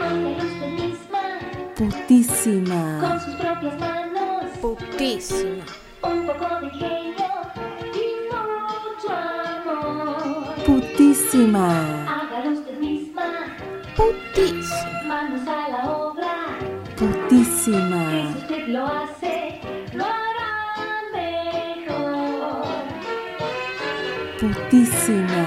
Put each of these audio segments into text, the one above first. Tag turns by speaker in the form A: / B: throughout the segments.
A: usted misma,
B: Putísima.
A: con sus propias manos,
C: Putísima.
A: un poco de ingenio y mucho amor.
B: Putísima.
A: Hágalo usted misma,
C: Putísima.
A: manos a la obra, que si
B: Putísima.
A: usted lo hace, lo hará mejor.
B: Putísima.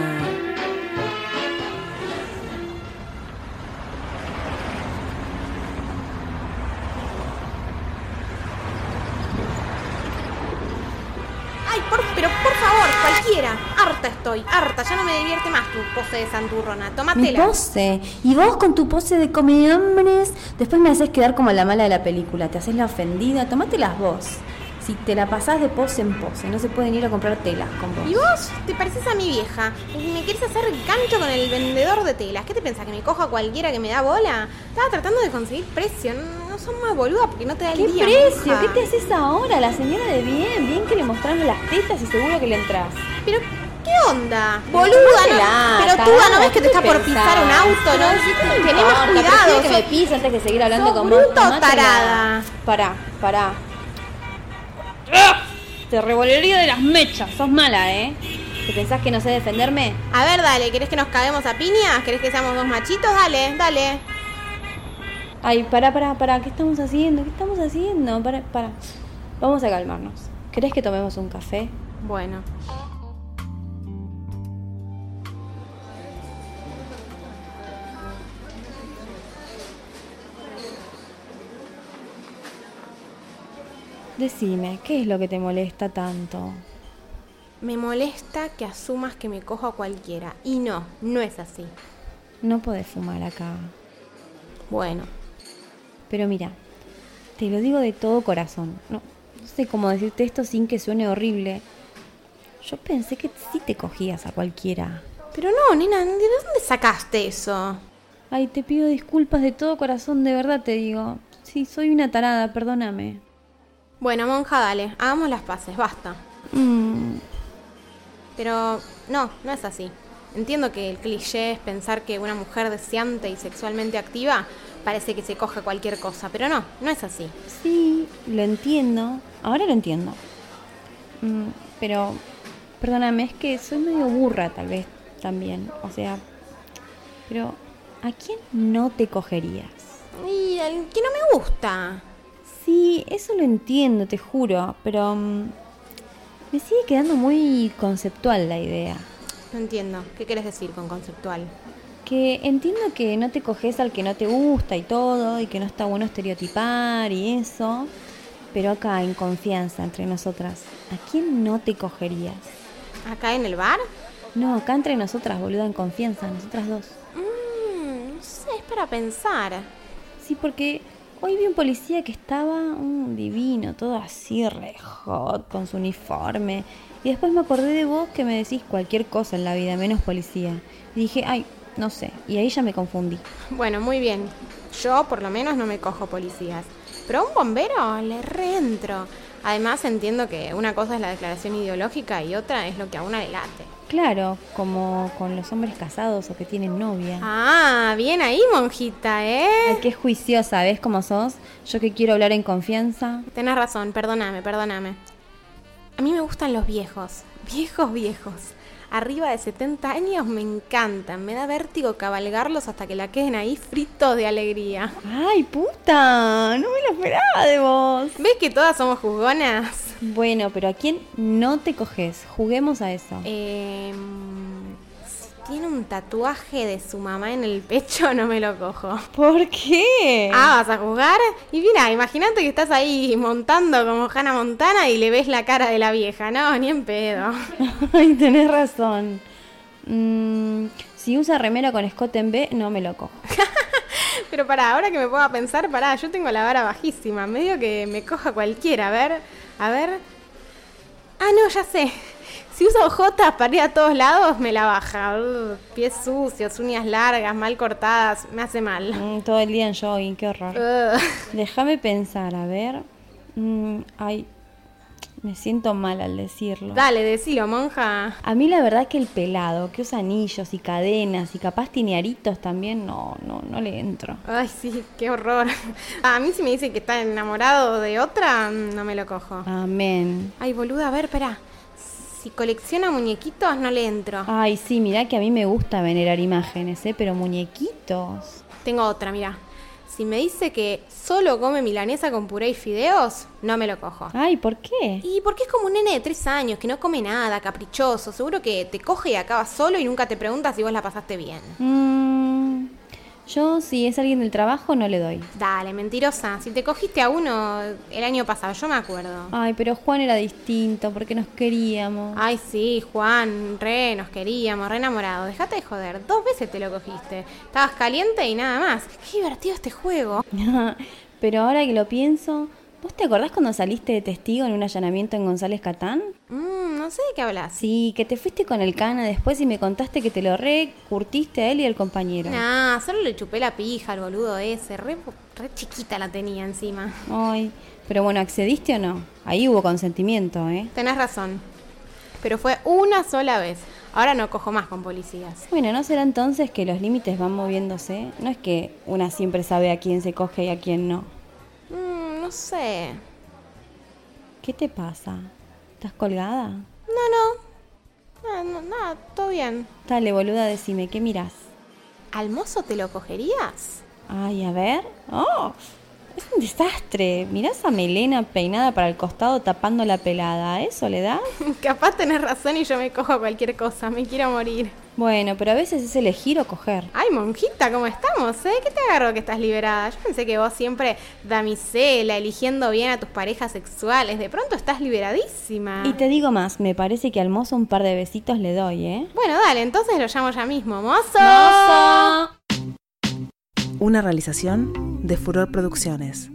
C: Ay, por- pero por favor, cualquiera. Harta estoy, harta. Ya no me divierte más tu pose de santurrona.
D: Mi
C: Tómatela.
D: pose. Y vos con tu pose de come hombres, después me haces quedar como la mala de la película, te haces la ofendida, tomátelas vos. Si te la pasás de pose en pose, no se pueden ir a comprar telas con vos.
C: Y vos te pareces a mi vieja. Me quieres hacer gancho con el vendedor de telas. ¿Qué te pensás? ¿Que me coja cualquiera que me da bola? Estaba tratando de conseguir precio. No, no son más boluda porque no te da el
D: ¿Qué
C: día.
D: precio?
C: monja.
D: ¿Qué te haces ahora? La señora de bien, bien que le mostramos las tetas y seguro que le entras.
C: Pero, ¿qué onda?
D: Pero
C: Boluda, no,
D: tómatela,
C: pero tú
D: tarada,
C: no ves que te
D: ¿qué
C: está por
D: pensás?
C: pisar un auto, ¿no?
D: ¿Qué me
C: Tenemos
D: importa?
C: cuidado.
D: Prefiero que
C: sos-
D: me pise antes que seguir hablando
C: sos
D: con
C: bruto,
D: vos. Tomátela.
C: tarada.
D: Pará, pará.
E: Te revolvería de las mechas, sos mala, ¿eh?
D: ¿Te pensás que no sé defenderme?
C: A ver, dale, ¿querés que nos caguemos a piñas? ¿Querés que seamos dos machitos? Dale, dale.
D: Ay, pará, pará, pará, ¿qué estamos haciendo? ¿Qué estamos haciendo? Pará, pará. Vamos a calmarnos. ¿Querés que tomemos un café?
C: Bueno.
D: Decime, ¿qué es lo que te molesta tanto?
C: Me molesta que asumas que me cojo a cualquiera. Y no, no es así.
D: No podés fumar acá.
C: Bueno.
D: Pero mira, te lo digo de todo corazón. No, no sé cómo decirte esto sin que suene horrible. Yo pensé que sí te cogías a cualquiera.
C: Pero no, nena, ¿de dónde sacaste eso?
D: Ay, te pido disculpas de todo corazón, de verdad te digo. Sí, soy una tarada, perdóname.
C: Bueno, monja, dale, hagamos las paces, basta.
D: Mm,
C: Pero no, no es así. Entiendo que el cliché es pensar que una mujer deseante y sexualmente activa parece que se coja cualquier cosa, pero no, no es así.
D: sí, lo entiendo. Ahora lo entiendo. Mm, pero, perdóname, es que soy medio burra tal vez también. O sea, pero ¿a quién no te cogerías?
C: Y el que no me gusta.
D: Sí, eso lo entiendo, te juro, pero mm, me sigue quedando muy conceptual la idea.
C: No entiendo. ¿Qué quieres decir con conceptual?
D: Que entiendo que no te coges al que no te gusta y todo, y que no está bueno estereotipar y eso, pero acá en confianza entre nosotras, ¿a quién no te cogerías?
C: ¿Acá en el bar?
D: No, acá entre nosotras, boluda, en confianza, nosotras dos.
C: Mm, no sé, es para pensar.
D: Sí, porque hoy vi un policía que estaba mm, divino, todo así, re hot, con su uniforme. Y después me acordé de vos que me decís cualquier cosa en la vida, menos policía. Y dije, ay, no sé. Y ahí ya me confundí.
C: Bueno, muy bien. Yo por lo menos no me cojo policías. Pero a un bombero le reentro. Además entiendo que una cosa es la declaración ideológica y otra es lo que a una le late.
D: Claro, como con los hombres casados o que tienen novia.
C: Ah, bien ahí, monjita,
D: Ay,
C: ¿eh?
D: qué juiciosa, ¿ves cómo sos? Yo que quiero hablar en confianza.
C: Tenés razón, perdóname, perdóname. A mí me gustan los viejos, viejos, viejos. Arriba de 70 años me encantan, me da vértigo cabalgarlos hasta que la queden ahí fritos de alegría.
D: ¡Ay, puta! No me lo esperaba de vos.
C: ¿Ves que todas somos juzgonas?
D: Bueno, pero ¿a quién no te coges? Juguemos a eso.
C: Em, si tiene un tatuaje de su mamá en el pecho, no me lo cojo.
D: ¿Por qué?
C: Ah, ¿vas a jugar? Y mira, imagínate que estás ahí montando como Hannah Montana y le ves la cara de la vieja. No, ni en pedo.
D: Ay, tenés razón. Mm, si usa remera con escote en B, no me lo cojo.
C: Pero para ahora que me pueda pensar, pará, yo tengo la vara bajísima. Medio que me coja cualquiera. A ver, a ver. Ah, no, ya sé. Si uso ojotas para ir a todos lados, me la baja. Ugh, pies sucios, uñas largas, mal cortadas, me hace mal.
D: Mm, todo el día en jogging, qué horror.
C: Ugh.
D: Déjame pensar, a ver. Mm, ay, Me siento mal al decirlo.
C: Dale, decilo, monja.
D: A mí la verdad que el pelado, que usa anillos y cadenas y capaz tiene aritos también, no, no, no le entro.
C: Ay, sí, qué horror. A mí si me dicen que está enamorado de otra, mm, no me lo cojo.
D: Amén.
C: Ay, boluda, a ver, espera. Si colecciona muñequitos, no le entro.
D: Ay, sí, mirá que a mí me gusta venerar imágenes, ¿eh? Pero muñequitos.
C: Tengo otra, mira. Si me dice que solo come milanesa con puré y fideos, no me lo cojo.
D: Ay, ¿por qué?
C: Y porque es como un nene de tres años que no come nada, caprichoso. Seguro que te coge y acaba solo y nunca te preguntas si vos la pasaste bien.
D: Mm, yo, si es alguien del trabajo, no le doy.
C: Dale, mentirosa. Si te cogiste a uno el año pasado, yo me acuerdo.
D: Ay, pero Juan era distinto porque nos queríamos.
C: Ay, sí, Juan, re, nos queríamos, re enamorado. Dejate de joder, dos veces te lo cogiste. Estabas caliente y nada más. Qué divertido este juego.
D: pero ahora que lo pienso, ¿vos te acordás cuando saliste de testigo en un allanamiento en González Catán?
C: Mm, no sé de qué hablas.
D: Sí, que te fuiste con el cana después y me contaste que te lo recurtiste a él y al compañero.
C: Nah, solo le chupé la pija al boludo ese. Re, re chiquita la tenía encima.
D: Ay, pero bueno, ¿accediste o no? Ahí hubo consentimiento, ¿eh?
C: Tenés razón. Pero fue una sola vez. Ahora no cojo más con policías.
D: Bueno, ¿no será entonces que los límites van moviéndose? No es que una siempre sabe a quién se coge y a quién no.
C: Mm, no sé.
D: ¿Qué te pasa? ¿Estás colgada?
C: No, no. Nada, no, nada, todo bien.
D: Dale, boluda, decime, ¿qué mirás?
C: ¿Al mozo te lo cogerías?
D: Ay, a ver. ¡Oh! Es un desastre. Mirás a Melena peinada para el costado tapando la pelada. ¿A ¿Eso le das?
C: Capaz tenés razón y yo me cojo a cualquier cosa. Me quiero morir.
D: Bueno, pero a veces es elegir o coger.
C: Ay, monjita, ¿cómo estamos? Eh? ¿Qué te agarró que estás liberada? Yo pensé que vos siempre damisela, eligiendo bien a tus parejas sexuales. De pronto estás liberadísima.
D: Y te digo más, me parece que al mozo un par de besitos le doy, ¿eh?
C: Bueno, dale, entonces lo llamo ya mismo. ¡Mozo!
E: ¡Mozo!
B: Una realización de Furor Producciones.